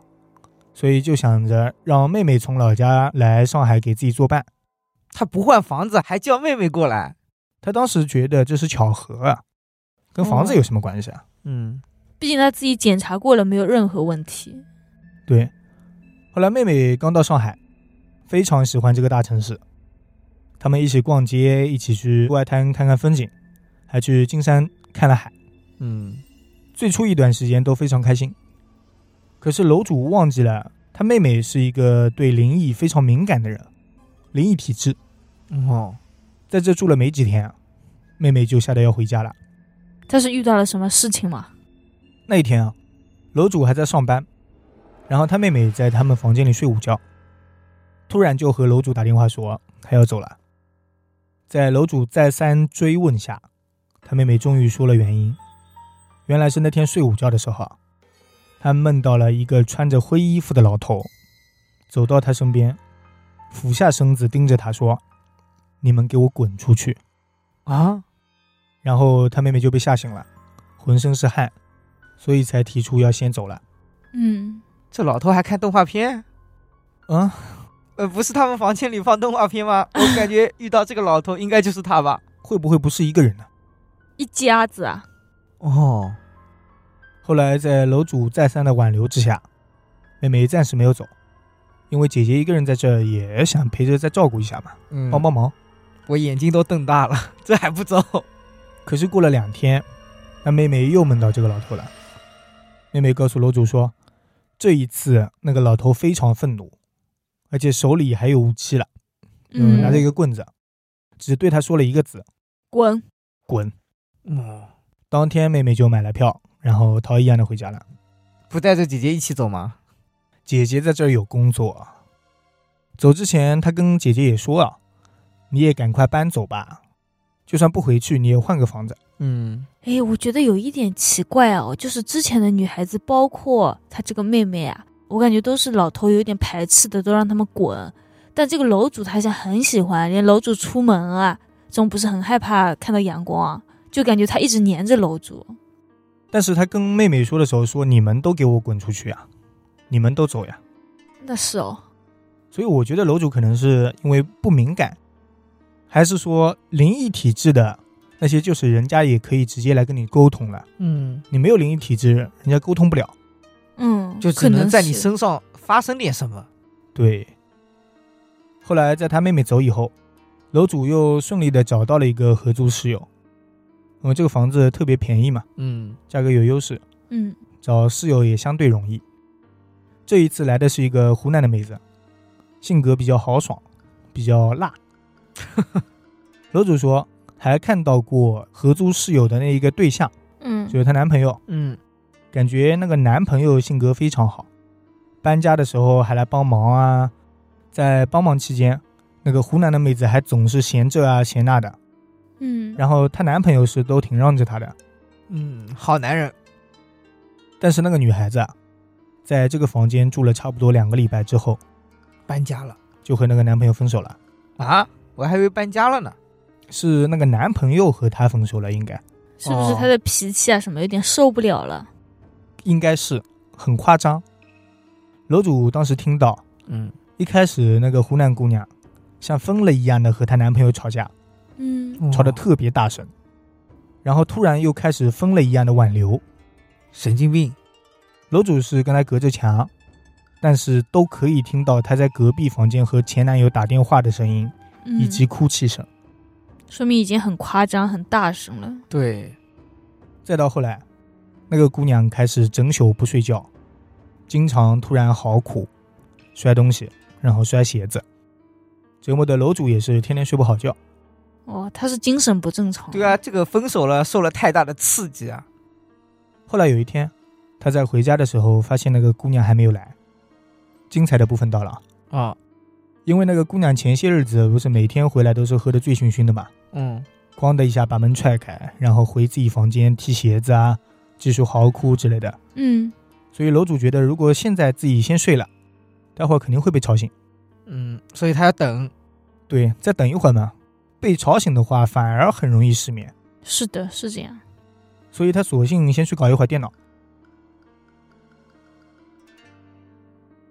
[SPEAKER 1] 所以就想着让妹妹从老家来上海给自己作伴。
[SPEAKER 3] 她不换房子，还叫妹妹过来。
[SPEAKER 1] 她当时觉得这是巧合啊，跟房子有什么关系啊？
[SPEAKER 3] 嗯，
[SPEAKER 2] 毕竟她自己检查过了，没有任何问题。
[SPEAKER 1] 对。后来妹妹刚到上海，非常喜欢这个大城市。他们一起逛街，一起去外滩看看风景，还去金山看了海。
[SPEAKER 3] 嗯，
[SPEAKER 1] 最初一段时间都非常开心。可是楼主忘记了，他妹妹是一个对灵异非常敏感的人，灵异体质。
[SPEAKER 3] 哦，
[SPEAKER 1] 在这住了没几天啊，妹妹就吓得要回家了。
[SPEAKER 2] 她是遇到了什么事情吗？
[SPEAKER 1] 那一天啊，楼主还在上班，然后他妹妹在他们房间里睡午觉，突然就和楼主打电话说她要走了。在楼主再三追问下，他妹妹终于说了原因。原来是那天睡午觉的时候啊，她梦到了一个穿着灰衣服的老头，走到她身边，俯下身子盯着她说：“你们给我滚出去！”
[SPEAKER 3] 啊，
[SPEAKER 1] 然后他妹妹就被吓醒了，浑身是汗，所以才提出要先走了。
[SPEAKER 2] 嗯，
[SPEAKER 3] 这老头还看动画片？
[SPEAKER 1] 嗯，
[SPEAKER 3] 呃，不是他们房间里放动画片吗？ 我感觉遇到这个老头应该就是他吧。
[SPEAKER 1] 会不会不是一个人呢？
[SPEAKER 2] 一家子啊，
[SPEAKER 3] 哦，
[SPEAKER 1] 后来在楼主再三的挽留之下，妹妹暂时没有走，因为姐姐一个人在这儿也想陪着再照顾一下嘛，
[SPEAKER 3] 嗯
[SPEAKER 1] 帮帮忙。
[SPEAKER 3] 我眼睛都瞪大了， 这还不走？
[SPEAKER 1] 可是过了两天，那妹妹又梦到这个老头了。妹妹告诉楼主说，这一次那个老头非常愤怒，而且手里还有武器了，
[SPEAKER 2] 嗯，
[SPEAKER 1] 拿着一个棍子，只对她说了一个字
[SPEAKER 2] 滚。
[SPEAKER 1] “滚”。
[SPEAKER 3] 哦，
[SPEAKER 1] 当天妹妹就买了票，然后逃一样的回家了。
[SPEAKER 3] 不带着姐姐一起走吗？
[SPEAKER 1] 姐姐在这儿有工作，走之前她跟姐姐也说啊，你也赶快搬走吧，就算不回去，你也换个房子。
[SPEAKER 3] 嗯，
[SPEAKER 2] 哎，我觉得有一点奇怪哦，就是之前的女孩子，包括她这个妹妹啊，我感觉都是老头有点排斥的，都让他们滚。但这个楼主他好像很喜欢，连楼主出门啊，总不是很害怕看到阳光啊，就感觉他一直黏着楼主。
[SPEAKER 1] 但是她跟妹妹说的时候说，你们都给我滚出去啊，你们都走呀。
[SPEAKER 2] 那是哦，
[SPEAKER 1] 所以我觉得楼主可能是因为不敏感，还是说灵异体质的那些，就是人家也可以直接来跟你沟通了。
[SPEAKER 3] 嗯，
[SPEAKER 1] 你没有灵异体质，人家沟通不了。
[SPEAKER 2] 嗯，
[SPEAKER 3] 就
[SPEAKER 2] 可
[SPEAKER 3] 只能在你
[SPEAKER 2] 是
[SPEAKER 3] 身上发生点什么。
[SPEAKER 1] 对。后来在他妹妹走以后，楼主又顺利的找到了一个合租室友，因为这个房子特别便宜嘛，
[SPEAKER 3] 嗯，
[SPEAKER 1] 价格有优势，
[SPEAKER 2] 嗯
[SPEAKER 1] 找室友也相对容易。这一次来的是一个湖南的妹子，性格比较豪爽，比较辣。楼主说还看到过合租室友的那一个对象，
[SPEAKER 2] 嗯
[SPEAKER 1] 就是她男朋友，
[SPEAKER 3] 嗯，
[SPEAKER 1] 感觉那个男朋友性格非常好，搬家的时候还来帮忙啊。在帮忙期间，那个湖南的妹子还总是嫌这啊嫌那的，
[SPEAKER 2] 嗯，
[SPEAKER 1] 然后她男朋友是都挺让着她的。
[SPEAKER 3] 嗯，好男人。
[SPEAKER 1] 但是那个女孩子啊，在这个房间住了差不多两个礼拜之后，
[SPEAKER 3] 搬家了
[SPEAKER 1] 就和那个男朋友分手了。
[SPEAKER 3] 啊？我还以为搬家了呢。
[SPEAKER 1] 是那个男朋友和她分手了，应该
[SPEAKER 2] 是不是
[SPEAKER 3] 哦
[SPEAKER 2] 他的脾气啊什么有点受不了了？
[SPEAKER 1] 应该是很夸张。楼主当时听到，
[SPEAKER 3] 嗯，
[SPEAKER 1] 一开始那个湖南姑娘像疯了一样的和她男朋友吵架，
[SPEAKER 2] 嗯
[SPEAKER 3] 哦
[SPEAKER 1] 吵得特别大声，然后突然又开始疯了一样的挽留。
[SPEAKER 3] 神经病。
[SPEAKER 1] 楼主是跟他隔着墙，但是都可以听到他在隔壁房间和前男友打电话的声音，
[SPEAKER 2] 嗯，
[SPEAKER 1] 以及哭泣声。
[SPEAKER 2] 说明已经很夸张、很大声了。
[SPEAKER 3] 对，
[SPEAKER 1] 再到后来，那个姑娘开始整宿不睡觉，经常突然嚎哭，摔东西，然后摔鞋子，折磨的楼主也是天天睡不好觉。
[SPEAKER 2] 哦，他是精神不正常。
[SPEAKER 3] 对啊，，这个分手了，受了太大的刺激啊。
[SPEAKER 1] 后来有一天，他在回家的时候发现那个姑娘还没有来。精彩的部分到了啊，
[SPEAKER 3] 啊，
[SPEAKER 1] 因为那个姑娘前些日子不是每天回来都是喝得醉醺醺的嘛，
[SPEAKER 3] 嗯，
[SPEAKER 1] 哐的一下把门踹开，然后回自己房间踢鞋子啊，继续嚎哭之类的。
[SPEAKER 2] 嗯，
[SPEAKER 1] 所以楼主觉得，如果现在自己先睡了，待会儿肯定会被吵醒。
[SPEAKER 3] 嗯，所以他要等。
[SPEAKER 1] 对，再等一会儿嘛，被吵醒的话反而很容易失眠，
[SPEAKER 2] 是的，是这样。
[SPEAKER 1] 所以他索性先去搞一会儿电脑。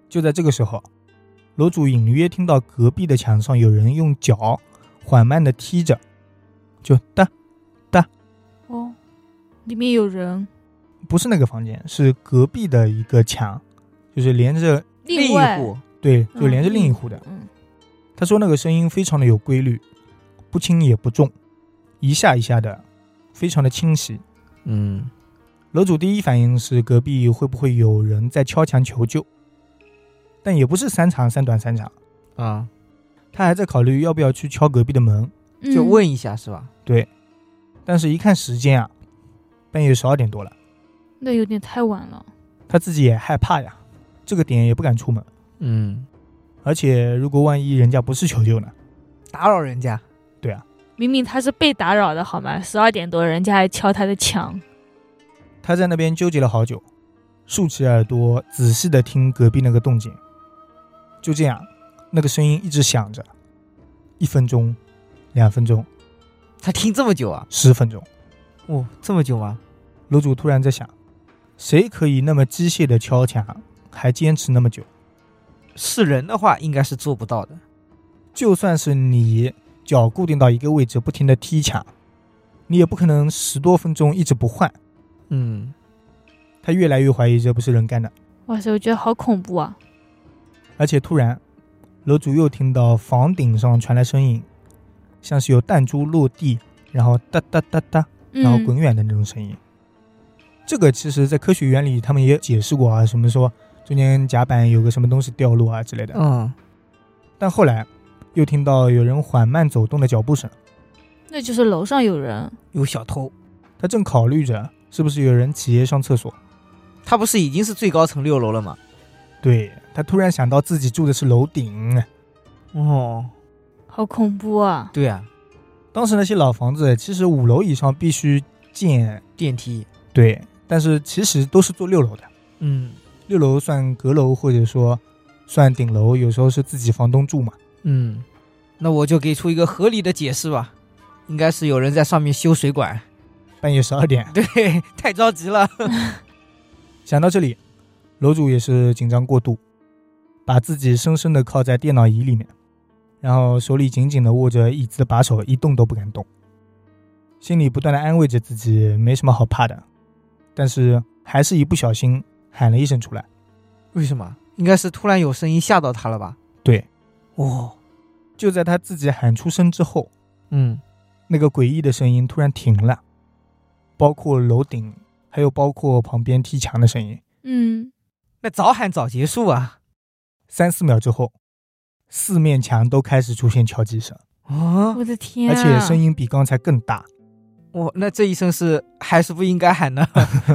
[SPEAKER 1] 就在这个时候，楼主隐约听到隔壁的墙上有人用脚缓慢的踢着，就哒，
[SPEAKER 2] 哦，里面有人，
[SPEAKER 1] 不是那个房间，是隔壁的一个墙，就是连着
[SPEAKER 3] 另
[SPEAKER 2] 另外
[SPEAKER 3] 一，户，
[SPEAKER 1] 对，
[SPEAKER 2] 嗯
[SPEAKER 1] 就连着另一户的。
[SPEAKER 2] 嗯，
[SPEAKER 1] 他说那个声音非常的有规律，不轻也不重，一下一下的，非常的清晰。
[SPEAKER 3] 嗯，
[SPEAKER 1] 楼主第一反应是隔壁会不会有人在敲墙求救，但也不是三长三短三长，
[SPEAKER 3] 啊，
[SPEAKER 1] 他还在考虑要不要去敲隔壁的门。
[SPEAKER 2] 嗯
[SPEAKER 3] 就问一下是吧？
[SPEAKER 1] 但是，一看时间啊，半夜十二点多了，
[SPEAKER 2] 那有点太晚了。
[SPEAKER 1] 他自己也害怕呀，这个点也不敢出门。
[SPEAKER 3] 嗯，
[SPEAKER 1] 而且，如果万一人家不是求救呢？
[SPEAKER 3] 打扰人家。
[SPEAKER 2] 明明他是被打扰的，好吗？十二点多，人家还敲他的墙。
[SPEAKER 1] 他在那边纠结了好久，竖起耳朵仔细的听隔壁那个动静。就这样，那个声音一直响着，一分钟、两分钟、
[SPEAKER 3] 他听这么久啊？
[SPEAKER 1] 十分钟。
[SPEAKER 3] 哦，这么久吗？
[SPEAKER 1] 楼主突然在想，谁可以那么机械的敲墙，还坚持那么久？
[SPEAKER 3] 是人的话，应该是做不到的。
[SPEAKER 1] 就算是你脚固定到一个位置，不停的踢墙，你也不可能十多分钟一直不换。
[SPEAKER 3] 嗯，
[SPEAKER 1] 他越来越怀疑这不是人干的，
[SPEAKER 2] 哇塞，我觉得好恐怖啊！
[SPEAKER 1] 而且突然，楼主又听到房顶上传来声音，像是有弹珠落地，然后哒哒哒哒，
[SPEAKER 2] 嗯，
[SPEAKER 1] 然后滚远的那种声音。这个其实，在科学原理他们也解释过啊，什么说中间甲板有个什么东西掉落啊之类的。
[SPEAKER 3] 嗯，
[SPEAKER 1] 但后来又听到有人缓慢走动的脚步声，
[SPEAKER 2] 那就是楼上有人。
[SPEAKER 3] 有小偷，
[SPEAKER 1] 他正考虑着是不是有人起夜上厕所。
[SPEAKER 3] 他不是已经是最高层六楼了吗？
[SPEAKER 1] 对他突然想到自己住的是楼顶，
[SPEAKER 3] 哦，
[SPEAKER 2] 好恐怖啊！
[SPEAKER 3] 对啊，
[SPEAKER 1] 当时那些老房子其实五楼以上必须建
[SPEAKER 3] 电梯。
[SPEAKER 1] 对，但是其实都是做六楼的，
[SPEAKER 3] 嗯
[SPEAKER 1] 六楼算阁楼或者说算顶楼，有时候是自己房东住嘛。
[SPEAKER 3] 嗯，那我就给出一个合理的解释吧，应该是有人在上面修水管。
[SPEAKER 1] 半夜十二点，
[SPEAKER 3] 对，太着急了。
[SPEAKER 1] 想到这里，楼主也是紧张过度，把自己深深的靠在电脑椅里面，然后手里紧紧的握着椅子的把手，一动都不敢动，心里不断的安慰着自己没什么好怕的，但是还是一不小心喊了一声出来。
[SPEAKER 3] 为什么？应该是突然有声音吓到他了吧？
[SPEAKER 1] 对，
[SPEAKER 3] 哦，
[SPEAKER 1] 就在他自己喊出声之后，
[SPEAKER 3] 嗯，
[SPEAKER 1] 那个诡异的声音突然停了，包括楼顶，还有包括旁边踢墙的声音。
[SPEAKER 2] 嗯，
[SPEAKER 3] 那早喊早结束啊。
[SPEAKER 1] 三四秒之后，四面墙都开始出现敲击声，
[SPEAKER 3] 哦，
[SPEAKER 2] 我的天、啊！
[SPEAKER 1] 而且声音比刚才更大。
[SPEAKER 3] 我那这一声是还是不应该喊的，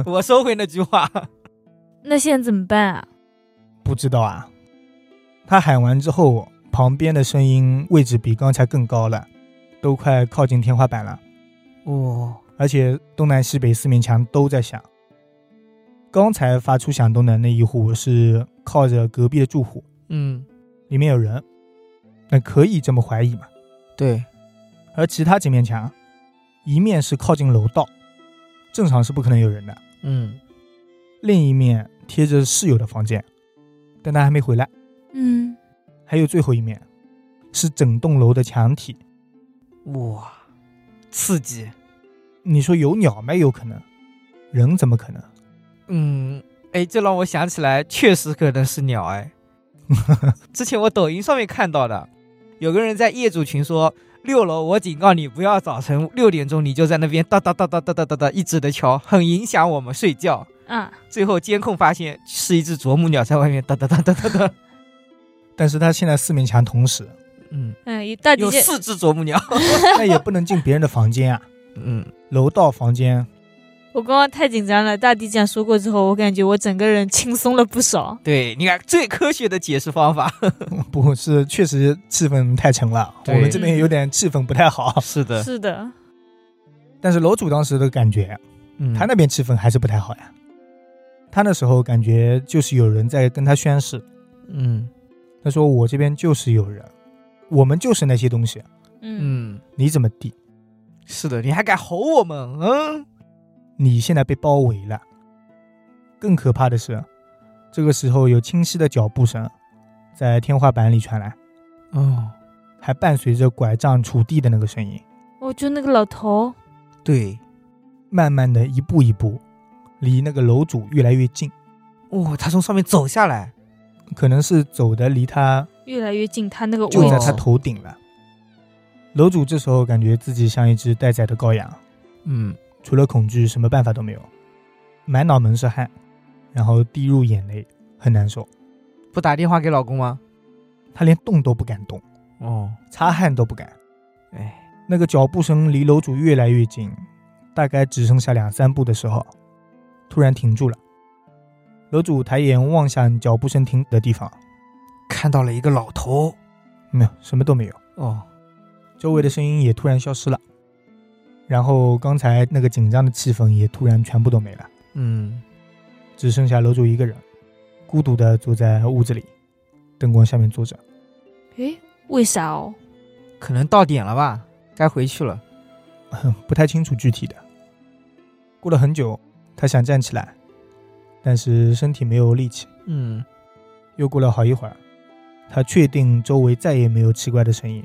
[SPEAKER 3] 我收回那句话。
[SPEAKER 2] 那现在怎么办啊？
[SPEAKER 1] 不知道啊，他喊完之后，旁边的声音位置比刚才更高了，都快靠近天花板了，
[SPEAKER 3] 哦，
[SPEAKER 1] 而且东南西北四面墙都在响。刚才发出响动的那一户是靠着隔壁的住户，
[SPEAKER 3] 嗯，
[SPEAKER 1] 里面有人，那可以这么怀疑吗？
[SPEAKER 3] 对，
[SPEAKER 1] 而其他几面墙，一面是靠近楼道，正常是不可能有人的；
[SPEAKER 3] 嗯，
[SPEAKER 1] 另一面贴着室友的房间，但他还没回来。
[SPEAKER 2] 嗯，
[SPEAKER 1] 还有最后一面，是整栋楼的墙体。
[SPEAKER 3] 哇，刺激。
[SPEAKER 1] 你说有鸟吗？有可能，人怎么可能？
[SPEAKER 3] 嗯，哎，这让我想起来，确实可能是鸟哎。之前我抖音上面看到的，有个人在业主群说，六楼我警告你，不要早晨六点钟你就在那边哒哒哒哒哒哒哒哒一直的敲，很影响我们睡觉。
[SPEAKER 2] 啊，
[SPEAKER 3] 最后监控发现是一只啄木鸟在外面哒哒哒哒哒哒。
[SPEAKER 1] 但是他现在四面墙同时，
[SPEAKER 3] 嗯，
[SPEAKER 2] 嗯，有大地
[SPEAKER 3] 有
[SPEAKER 2] 间
[SPEAKER 3] 四只啄木鸟。
[SPEAKER 1] 那也不能进别人的房间啊，
[SPEAKER 3] 嗯，
[SPEAKER 1] 楼道房间。
[SPEAKER 2] 我刚刚太紧张了，大地这样说过之后，我感觉我整个人轻松了不少。
[SPEAKER 3] 对，你看最科学的解释方法。
[SPEAKER 1] 不是，确实气氛太沉了，我
[SPEAKER 3] 对
[SPEAKER 1] 们这边有点气氛不太好。
[SPEAKER 3] 哦是的，
[SPEAKER 2] 是的，
[SPEAKER 1] 但是楼主当时的感觉，啊
[SPEAKER 3] 嗯
[SPEAKER 1] 他那边气氛还是不太好呀。他那时候感觉就是有人在跟他宣誓，
[SPEAKER 3] 嗯
[SPEAKER 1] 他说我这边就是有人，我们就是那些东西，
[SPEAKER 2] 嗯，
[SPEAKER 3] 嗯，
[SPEAKER 1] 你怎么地？
[SPEAKER 3] 是的，你还敢吼我们？嗯
[SPEAKER 1] 你现在被包围了。更可怕的是，这个时候有清晰的脚步声在天花板里传来，
[SPEAKER 3] 哦，
[SPEAKER 1] 还伴随着拐杖杵地的那个声音。
[SPEAKER 2] 我就那个老头，
[SPEAKER 3] 对，
[SPEAKER 1] 慢慢的一步一步，离那个楼主越来越近，
[SPEAKER 3] 哦，他从上面走下来。
[SPEAKER 1] 可能是走的离他
[SPEAKER 2] 越来越近，他那个
[SPEAKER 1] 就
[SPEAKER 2] 位
[SPEAKER 1] 在
[SPEAKER 2] 置
[SPEAKER 1] 他头顶了。楼主这时候感觉自己像一只待宰的羔羊，
[SPEAKER 3] 嗯，
[SPEAKER 1] 除了恐惧什么办法都没有，满脑门是汗，然后滴入眼泪，很难受。
[SPEAKER 3] 不打电话给老公吗？
[SPEAKER 1] 他连动都不敢动，
[SPEAKER 3] 哦，
[SPEAKER 1] 擦汗都不敢。
[SPEAKER 3] 哎，
[SPEAKER 1] 那个脚步声离楼主越来越近，大概只剩下两三步的时候，突然停住了。楼主抬眼望向脚步声停的地方，
[SPEAKER 3] 看到了一个老头。
[SPEAKER 1] 没有，什么都没有，
[SPEAKER 3] 哦，
[SPEAKER 1] 周围的声音也突然消失了，然后刚才那个紧张的气氛也突然全部都没了，
[SPEAKER 3] 嗯，
[SPEAKER 1] 只剩下楼主一个人，孤独的坐在屋子里，灯光下面坐着。
[SPEAKER 2] 诶，为啥哦？
[SPEAKER 3] 可能到点了吧，该回去了。
[SPEAKER 1] 不太清楚具体的。过了很久，他想站起来，但是身体没有力气。
[SPEAKER 3] 嗯，
[SPEAKER 1] 又过了好一会儿，他确定周围再也没有奇怪的声音，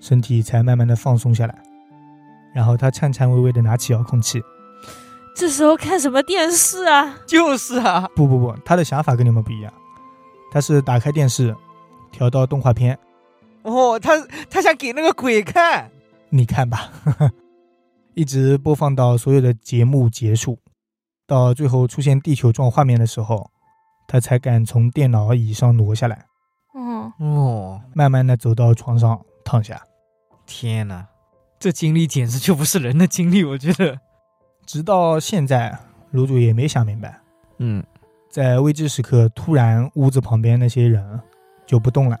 [SPEAKER 1] 身体才慢慢的放松下来。然后他颤颤巍巍的拿起遥控器，
[SPEAKER 2] 这时候看什么电视啊？
[SPEAKER 3] 就是啊，
[SPEAKER 1] 不不不，他的想法跟你们不一样，他是打开电视，调到动画片，
[SPEAKER 3] 哦，他他想给那个鬼看。
[SPEAKER 1] 你看吧， 一直播放到所有的节目结束，到最后出现地球状画面的时候，他才敢从电脑椅上挪下来，
[SPEAKER 2] 嗯，
[SPEAKER 3] 哦，
[SPEAKER 1] 慢慢的走到床上躺下，
[SPEAKER 3] 天哪，这经历简直就不是人的经历，我觉得。
[SPEAKER 1] 直到现在，楼主也没想明白，
[SPEAKER 3] 嗯，
[SPEAKER 1] 在危机时刻突然屋子旁边那些人就不动了，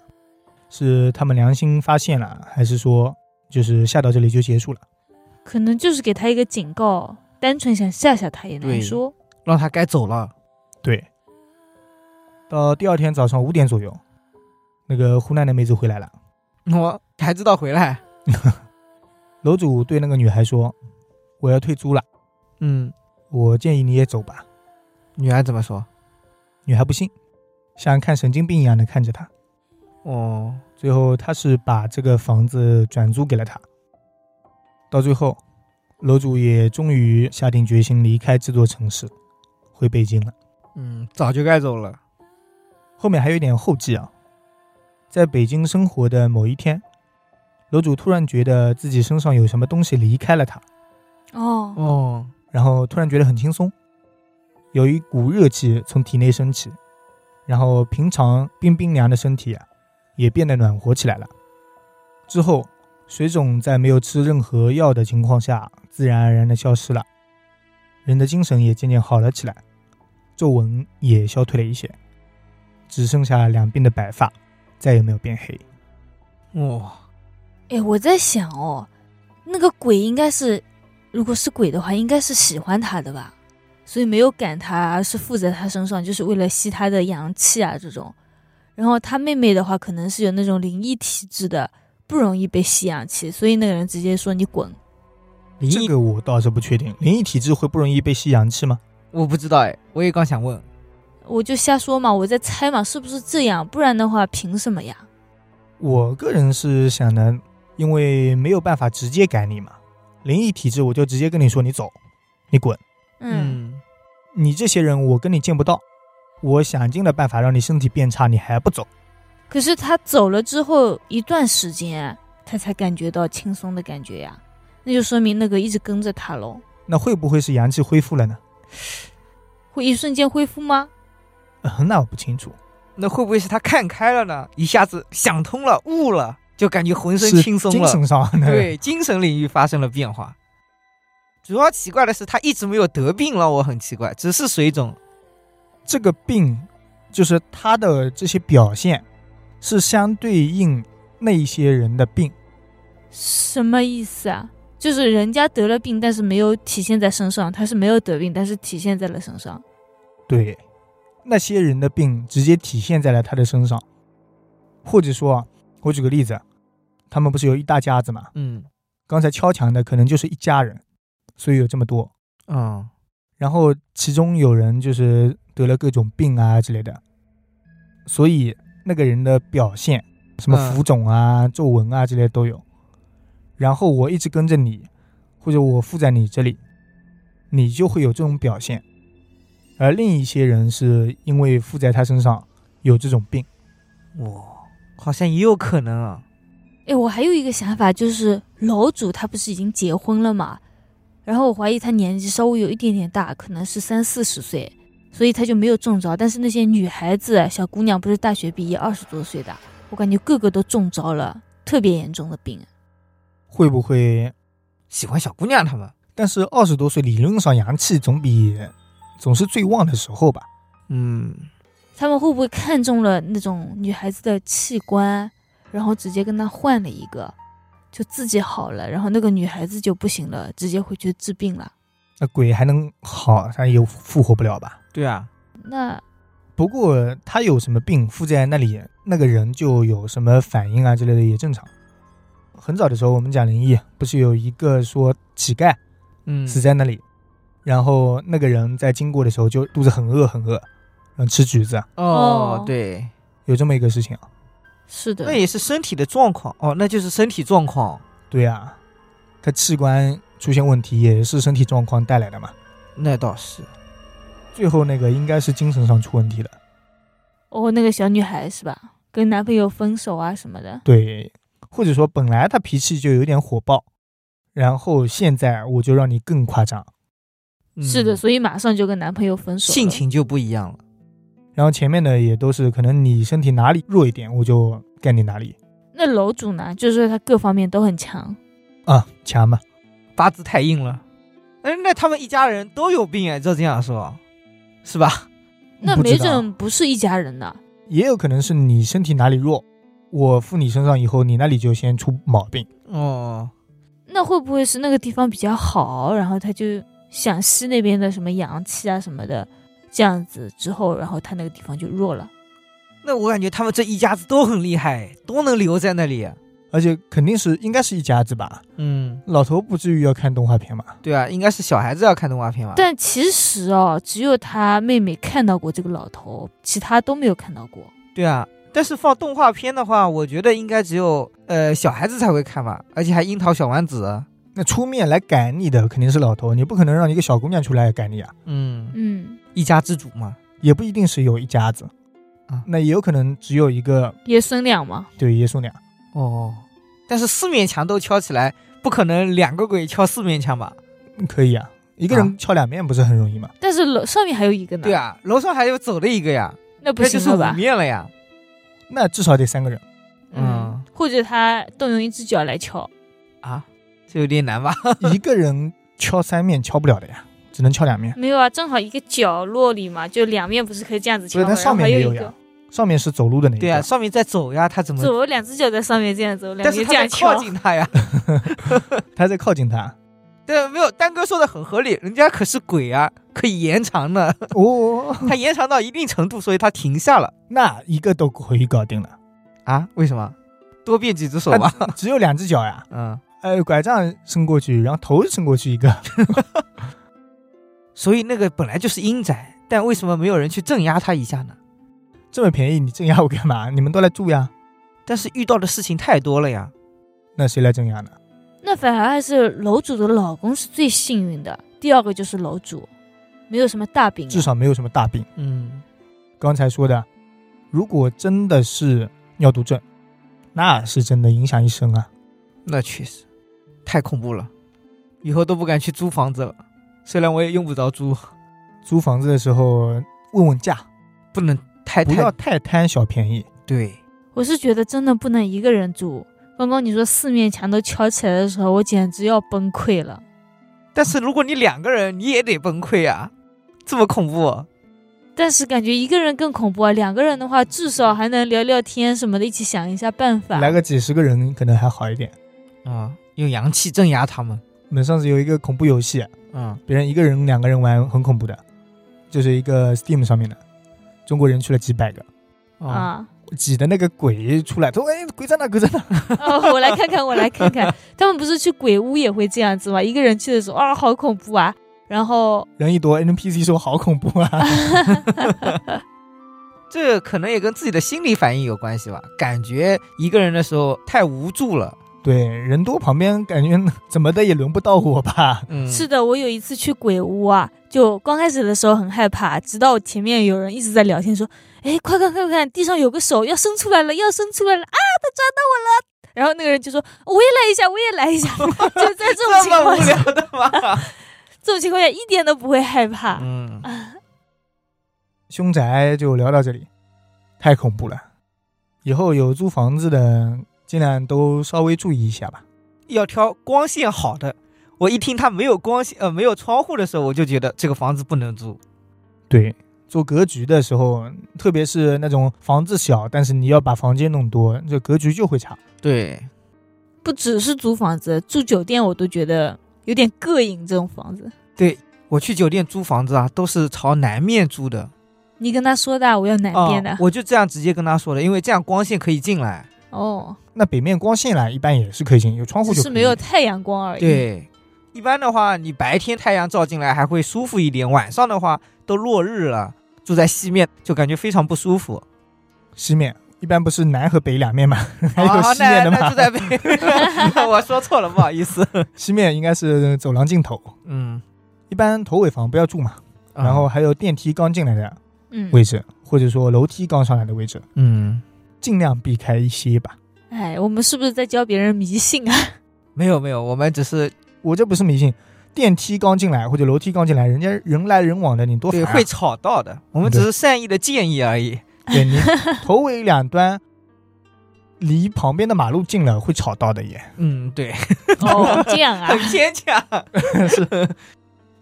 [SPEAKER 1] 是他们良心发现了，还是说就是下到这里就结束了？
[SPEAKER 2] 可能就是给他一个警告，单纯想吓吓他也难
[SPEAKER 3] 对
[SPEAKER 2] 说。
[SPEAKER 3] 让他该走了。
[SPEAKER 1] 对，到第二天早上五点左右，那个湖南的妹子回来了。
[SPEAKER 3] 我、还知道回来。
[SPEAKER 1] 楼主对那个女孩说：“我要退租了，
[SPEAKER 3] 嗯，
[SPEAKER 1] 我建议你也走吧。
[SPEAKER 3] 女孩怎么说？”
[SPEAKER 1] 女孩不信，像看神经病一样的看着他。
[SPEAKER 3] 哦，
[SPEAKER 1] 最后，他是把这个房子转租给了他。到最后，楼主也终于下定决心离开这座城市，回北京了。
[SPEAKER 3] 嗯，早就该走了。
[SPEAKER 1] 后面还有一点后记啊，在北京生活的某一天，楼主突然觉得自己身上有什么东西离开了他，
[SPEAKER 2] 哦，
[SPEAKER 3] 哦，
[SPEAKER 1] 然后突然觉得很轻松，有一股热气从体内升起，然后平常冰冰凉的身体啊，也变得暖和起来了。之后，水肿在没有吃任何药的情况下，自然而然的消失了，人的精神也渐渐好了起来，皱纹也消退了一些，只剩下两鬓的白发，再也没有变黑。
[SPEAKER 3] 哦，
[SPEAKER 2] 诶，哎我在想哦，那个鬼应该是，如果是鬼的话，应该是喜欢他的吧，所以没有赶他，而是附在他身上，就是为了吸他的阳气啊这种。然后他妹妹的话，可能是有那种灵异体质的，不容易被吸阳气，所以那个人直接说你滚。
[SPEAKER 3] 灵
[SPEAKER 1] 这
[SPEAKER 3] 异、
[SPEAKER 1] 个我倒是不确定，灵异体质会不容易被吸阳气吗？
[SPEAKER 3] 我不知道哎，我也刚想问。
[SPEAKER 2] 我就瞎说嘛，我在猜嘛，是不是这样？不然的话，凭什么呀？嗯
[SPEAKER 1] 我个人是想的，因为没有办法直接赶你嘛，灵异体质我就直接跟你说你走，你滚，
[SPEAKER 2] 嗯，
[SPEAKER 1] 你这些人我跟你见不到，我想尽了办法让你身体变差，你还不走，
[SPEAKER 2] 可是他走了之后一段时间，他才感觉到轻松的感觉呀，那就说明那个一直跟着他喽。
[SPEAKER 1] 那会不会是阳气恢复了呢？
[SPEAKER 2] 会一瞬间恢复吗？
[SPEAKER 1] 呃那我不清楚，
[SPEAKER 3] 那会不会是他看开了呢？一下子想通了，悟了，就就感觉浑身
[SPEAKER 1] 是
[SPEAKER 3] 轻松
[SPEAKER 1] 精
[SPEAKER 3] 了。
[SPEAKER 1] 神上的，
[SPEAKER 3] 对，精神领域发生了变化。主要奇怪的是，他一直没有得病，让我很奇怪，只是水肿。
[SPEAKER 1] 这个病，就是他的这些表现，是相对应那些人的病。
[SPEAKER 2] 什么意思啊？就是人家得了病，但是没有体现在身上，他是没有得病，但是体现在了身上。
[SPEAKER 1] 对，那些人的病直接体现在了他的身上，或者说啊，我举个例子，他们不是有一大家子嘛？
[SPEAKER 3] 嗯
[SPEAKER 1] 刚才敲墙的可能就是一家人，所以有这么多。
[SPEAKER 3] 嗯，
[SPEAKER 1] 然后其中有人就是得了各种病啊之类的，所以那个人的表现，什么
[SPEAKER 3] 嗯
[SPEAKER 1] 浮肿啊、皱纹啊之类都有。然后我一直跟着你，或者我附在你这里，你就会有这种表现。而另一些人是因为附在他身上有这种病，
[SPEAKER 3] 哇，哦好像也有可能啊。
[SPEAKER 2] 哎，我还有一个想法，就是楼主他不是已经结婚了嘛？然后我怀疑他年纪稍微有一点点大，可能是三四十岁，所以他就没有中招。但是那些女孩子、小姑娘不是大学毕业二十多岁的，我感觉个个都中招了，特别严重的病。
[SPEAKER 1] 会不会？
[SPEAKER 3] 喜欢小姑娘他们，
[SPEAKER 1] 但是二十多岁理论上阳气总比总是最旺的时候吧。
[SPEAKER 3] 嗯，
[SPEAKER 2] 他们会不会看中了那种女孩子的器官，然后直接跟她换了一个，就自己好了，然后那个女孩子就不行了，直接回去治病了？
[SPEAKER 1] 那鬼还能好，他也复活不了吧？
[SPEAKER 3] 对啊，
[SPEAKER 2] 那
[SPEAKER 1] 不过他有什么病附在那里，那个人就有什么反应啊之类的也正常。很早的时候，我们讲灵异，不是有一个说乞丐
[SPEAKER 3] 嗯
[SPEAKER 1] 死在那里，然后那个人在经过的时候就肚子很饿很饿，嗯，吃橘子，
[SPEAKER 3] 哦
[SPEAKER 2] 哦，
[SPEAKER 3] 对，
[SPEAKER 1] 有这么一个事情啊。
[SPEAKER 2] 是的
[SPEAKER 3] 那，也是身体的状况哦，那就是身体状况。
[SPEAKER 1] 对啊，他器官出现问题也是身体状况带来的嘛。
[SPEAKER 3] 那倒是，
[SPEAKER 1] 最后那个应该是精神上出问题了。
[SPEAKER 2] 哦，那个小女孩是吧？跟男朋友分手啊什么的，
[SPEAKER 1] 对，或者说本来他脾气就有点火爆，然后现在我就让你更夸张。
[SPEAKER 3] 嗯
[SPEAKER 2] 是的，所以马上就跟男朋友分手了。
[SPEAKER 3] 性情就不一样了。
[SPEAKER 1] 然后前面的也都是可能你身体哪里弱一点，我就干你哪里
[SPEAKER 2] 那楼主呢？就是他各方面都很强，
[SPEAKER 1] 啊，强嘛。
[SPEAKER 3] 八字太硬了。哎，那他们一家人都有病哎，照这样说，是吧？
[SPEAKER 2] 那
[SPEAKER 1] 嗯不知
[SPEAKER 2] 没
[SPEAKER 1] 道
[SPEAKER 2] 准不是一家人呢。
[SPEAKER 1] 也有可能是你身体哪里弱，我附你身上以后，你那里就先出毛病。
[SPEAKER 3] 哦，
[SPEAKER 2] 那会不会是那个地方比较好，然后他就想吸那边的什么阳气啊什么的，这样子之后，然后他那个地方就弱了。
[SPEAKER 3] 那我感觉他们这一家子都很厉害，都能留在那里。
[SPEAKER 1] 而且肯定是应该是一家子吧，
[SPEAKER 3] 嗯，
[SPEAKER 1] 老头不至于要看动画片嘛？
[SPEAKER 3] 对啊，应该是小孩子要看动画片吧？
[SPEAKER 2] 但其实哦，只有他妹妹看到过这个老头，其他都没有看到过。
[SPEAKER 3] 对啊，但是放动画片的话，我觉得应该只有呃小孩子才会看吧，而且还樱桃小丸子。
[SPEAKER 1] 那出面来赶你的肯定是老头，你不可能让一个小姑娘出来赶你啊，
[SPEAKER 3] 嗯，
[SPEAKER 2] 嗯，
[SPEAKER 3] 一家之主嘛。
[SPEAKER 1] 也不一定是有一家子
[SPEAKER 3] 啊
[SPEAKER 1] 那也有可能只有一个
[SPEAKER 2] 爷孙俩嘛，
[SPEAKER 1] 对爷孙俩，
[SPEAKER 3] 哦，但是四面墙都敲起来，不可能两个鬼敲四面墙吧？
[SPEAKER 1] 嗯可以啊，一个人敲两面不是很容易吗？
[SPEAKER 2] 但是楼上面还有一个呢。
[SPEAKER 3] 对，啊，楼上还有走了一个呀，
[SPEAKER 2] 那不
[SPEAKER 3] 那就
[SPEAKER 2] 行了
[SPEAKER 3] 是五
[SPEAKER 2] 吧？
[SPEAKER 3] 面了呀。
[SPEAKER 1] 那至少得三个人，
[SPEAKER 3] 嗯，
[SPEAKER 2] 或者他动用一只脚来敲。
[SPEAKER 3] 啊，这有点难吧？
[SPEAKER 1] 一个人敲三面敲不了的呀，只能敲两面。
[SPEAKER 2] 没有啊，正好一个角落里嘛，就两面不是可以这样子敲
[SPEAKER 1] 不是，它
[SPEAKER 2] 吗？然后
[SPEAKER 1] 上
[SPEAKER 2] 还
[SPEAKER 1] 面也
[SPEAKER 2] 有一
[SPEAKER 1] 呀
[SPEAKER 2] 个，，
[SPEAKER 1] 上面是走路的那一
[SPEAKER 3] 对啊，
[SPEAKER 1] 个。
[SPEAKER 3] 上面在走呀，他怎么？
[SPEAKER 2] 走两只脚在上面这样走，两
[SPEAKER 3] 但是
[SPEAKER 2] 边
[SPEAKER 3] 他
[SPEAKER 2] 这样
[SPEAKER 3] 在靠
[SPEAKER 2] 敲。
[SPEAKER 3] 近他呀。
[SPEAKER 1] 他在靠近他。
[SPEAKER 3] 对，啊没有，丹哥说的很合理，人家可是鬼啊，可以延长呢。
[SPEAKER 1] 哦，
[SPEAKER 3] 他延长到一定程度，所以他停下了
[SPEAKER 1] 那一个都可以搞定 了，
[SPEAKER 3] 啊？为什么？多变几只手吧。
[SPEAKER 1] 只有两只脚
[SPEAKER 2] 啊
[SPEAKER 1] 呀。
[SPEAKER 3] 嗯，
[SPEAKER 1] 哎，拐杖伸过去，然后头伸过去一个。
[SPEAKER 3] 所以那个本来就是阴宅，但为什么没有人去镇压他一下呢？
[SPEAKER 1] 这么便宜，你镇压我干嘛？你们都来住呀？
[SPEAKER 3] 但是遇到的事情太多了呀。
[SPEAKER 1] 那谁来镇压呢？
[SPEAKER 2] 那反而还是楼主的老公是最幸运的，第二个就是楼主，没有什么大病啊、
[SPEAKER 1] 至少没有什么大病。
[SPEAKER 3] 嗯，
[SPEAKER 1] 刚才说的，如果真的是尿毒症，那是真的影响一生啊。
[SPEAKER 3] 那确实太恐怖了，以后都不敢去租房子了。虽然我也用不着租，
[SPEAKER 1] 租房子的时候问问价，
[SPEAKER 3] 不能太
[SPEAKER 1] 不
[SPEAKER 3] 哎太
[SPEAKER 1] 要太贪小便宜。
[SPEAKER 3] 对。
[SPEAKER 2] 我是觉得真的不能一个人住，刚刚你说四面墙都敲起来的时候，我简直要崩溃了。
[SPEAKER 3] 但是如果你两个人，你也得崩溃啊，这么恐怖。哦
[SPEAKER 2] 但是感觉一个人更恐怖啊，两个人的话至少还能聊聊天什么的，一起想一下办法。啊
[SPEAKER 1] 来个几十个人可能还好一点。
[SPEAKER 3] 嗯，用阳气镇压他们。
[SPEAKER 1] 我们上次有一个恐怖游戏，
[SPEAKER 3] 嗯，
[SPEAKER 1] 别人一个人、两个人玩很恐怖的，就是一个 Steam 上面的，中国人去了几百个，
[SPEAKER 3] 啊，
[SPEAKER 2] 啊、
[SPEAKER 1] 挤的那个鬼出来，他说：“哎，鬼在哪？鬼在哪
[SPEAKER 2] 哦，我来看看，我来看看。他们不是去鬼屋也会这样子吗？一个人去的时候，啊，好恐怖啊！然后，？”
[SPEAKER 1] 人一多，NPC 说：“好恐怖啊
[SPEAKER 3] 这可能也跟自己的心理反应有关系吧。感觉一个人的时候太无助了。！”
[SPEAKER 1] 对，人多旁边感觉怎么的也轮不到我吧？
[SPEAKER 3] 嗯，
[SPEAKER 2] 是的，我有一次去鬼屋啊，就刚开始的时候很害怕，直到前面有人一直在聊天说：“哎，快看，快看，地上有个手要伸出来了，要伸出来了啊！他抓到我了。”然后那个人就说：“哦我也来一下，我也来一下。” 就在这种
[SPEAKER 3] 这
[SPEAKER 2] 情
[SPEAKER 3] 么
[SPEAKER 2] 况
[SPEAKER 3] 无
[SPEAKER 2] 下，
[SPEAKER 3] 聊的 吗？
[SPEAKER 2] 这种情况下一点都不会害怕。啊
[SPEAKER 3] 嗯，
[SPEAKER 1] 凶宅就聊到这里，太恐怖了。以后有租房子的，尽量都稍微注意一下吧。
[SPEAKER 3] 要挑光线好的。我一听它没有光线，呃，没有窗户的时候，我就觉得这个房子不能住。
[SPEAKER 1] 对，做格局的时候，特别是那种房子小，但是你要把房间弄多，这格局就会差。
[SPEAKER 3] 对，
[SPEAKER 2] 不只是租房子，住酒店我都觉得有点膈应这种房子。
[SPEAKER 3] 我去酒店租房子啊，都是朝南面租的。
[SPEAKER 2] 你跟他说的啊，我要南边的
[SPEAKER 3] 啊。我就这样直接跟他说的，因为这样光线可以进来。
[SPEAKER 2] 哦，
[SPEAKER 1] 那北面光线啦，一般也是可以进，有窗户
[SPEAKER 2] 只
[SPEAKER 1] 就是可以
[SPEAKER 2] 没有太阳光而已。，
[SPEAKER 3] 对，一般的话，你白天太阳照进来还会舒服一点，晚上的话都落日了，住在西面就感觉非常不舒服。
[SPEAKER 1] 西面，一般不是南和北两面嘛，还有
[SPEAKER 3] 啊，
[SPEAKER 1] 西
[SPEAKER 3] 那
[SPEAKER 1] 面的
[SPEAKER 3] 那
[SPEAKER 1] 嘛
[SPEAKER 3] 住。在北， 我说错了，不好意思。
[SPEAKER 1] 西面应该是走廊尽头，
[SPEAKER 3] 嗯，
[SPEAKER 1] 一般头尾房不要住嘛。
[SPEAKER 3] 啊
[SPEAKER 1] 然后还有电梯刚进来的
[SPEAKER 2] 嗯，
[SPEAKER 1] 位置，或者说楼梯刚上来的位置，
[SPEAKER 3] 嗯，
[SPEAKER 1] 尽量避开一些吧。
[SPEAKER 2] 哎，我们是不是在教别人迷信啊？
[SPEAKER 3] 没有没有，我们只是
[SPEAKER 1] 我这不是迷信，电梯刚进来或者楼梯刚进来，人家人来人往的，你多烦、
[SPEAKER 3] 对
[SPEAKER 1] 啊。
[SPEAKER 3] 会吵到的，我们只是善意的建议而已。
[SPEAKER 1] 对 你头尾两端离旁边的马路近了，会吵到的也
[SPEAKER 3] 嗯，对，
[SPEAKER 2] 哦， 这样啊
[SPEAKER 3] 很，牵强。
[SPEAKER 1] 是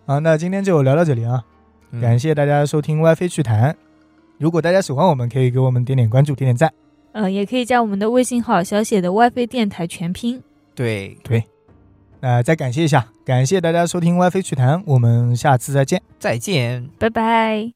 [SPEAKER 1] 啊。那今天就聊到这里啊，
[SPEAKER 3] 嗯
[SPEAKER 1] 感谢大家收听 WiFi 趣谈。如果大家喜欢我们，可以给我们点点关注，点点赞。
[SPEAKER 2] 嗯、也可以加我们的微信号小写的 WiFi 电台全拼。
[SPEAKER 3] 对，
[SPEAKER 1] 那、再感谢一下，感谢大家收听 WiFi 趣谈，我们下次再见。
[SPEAKER 3] 再见。
[SPEAKER 2] 拜拜。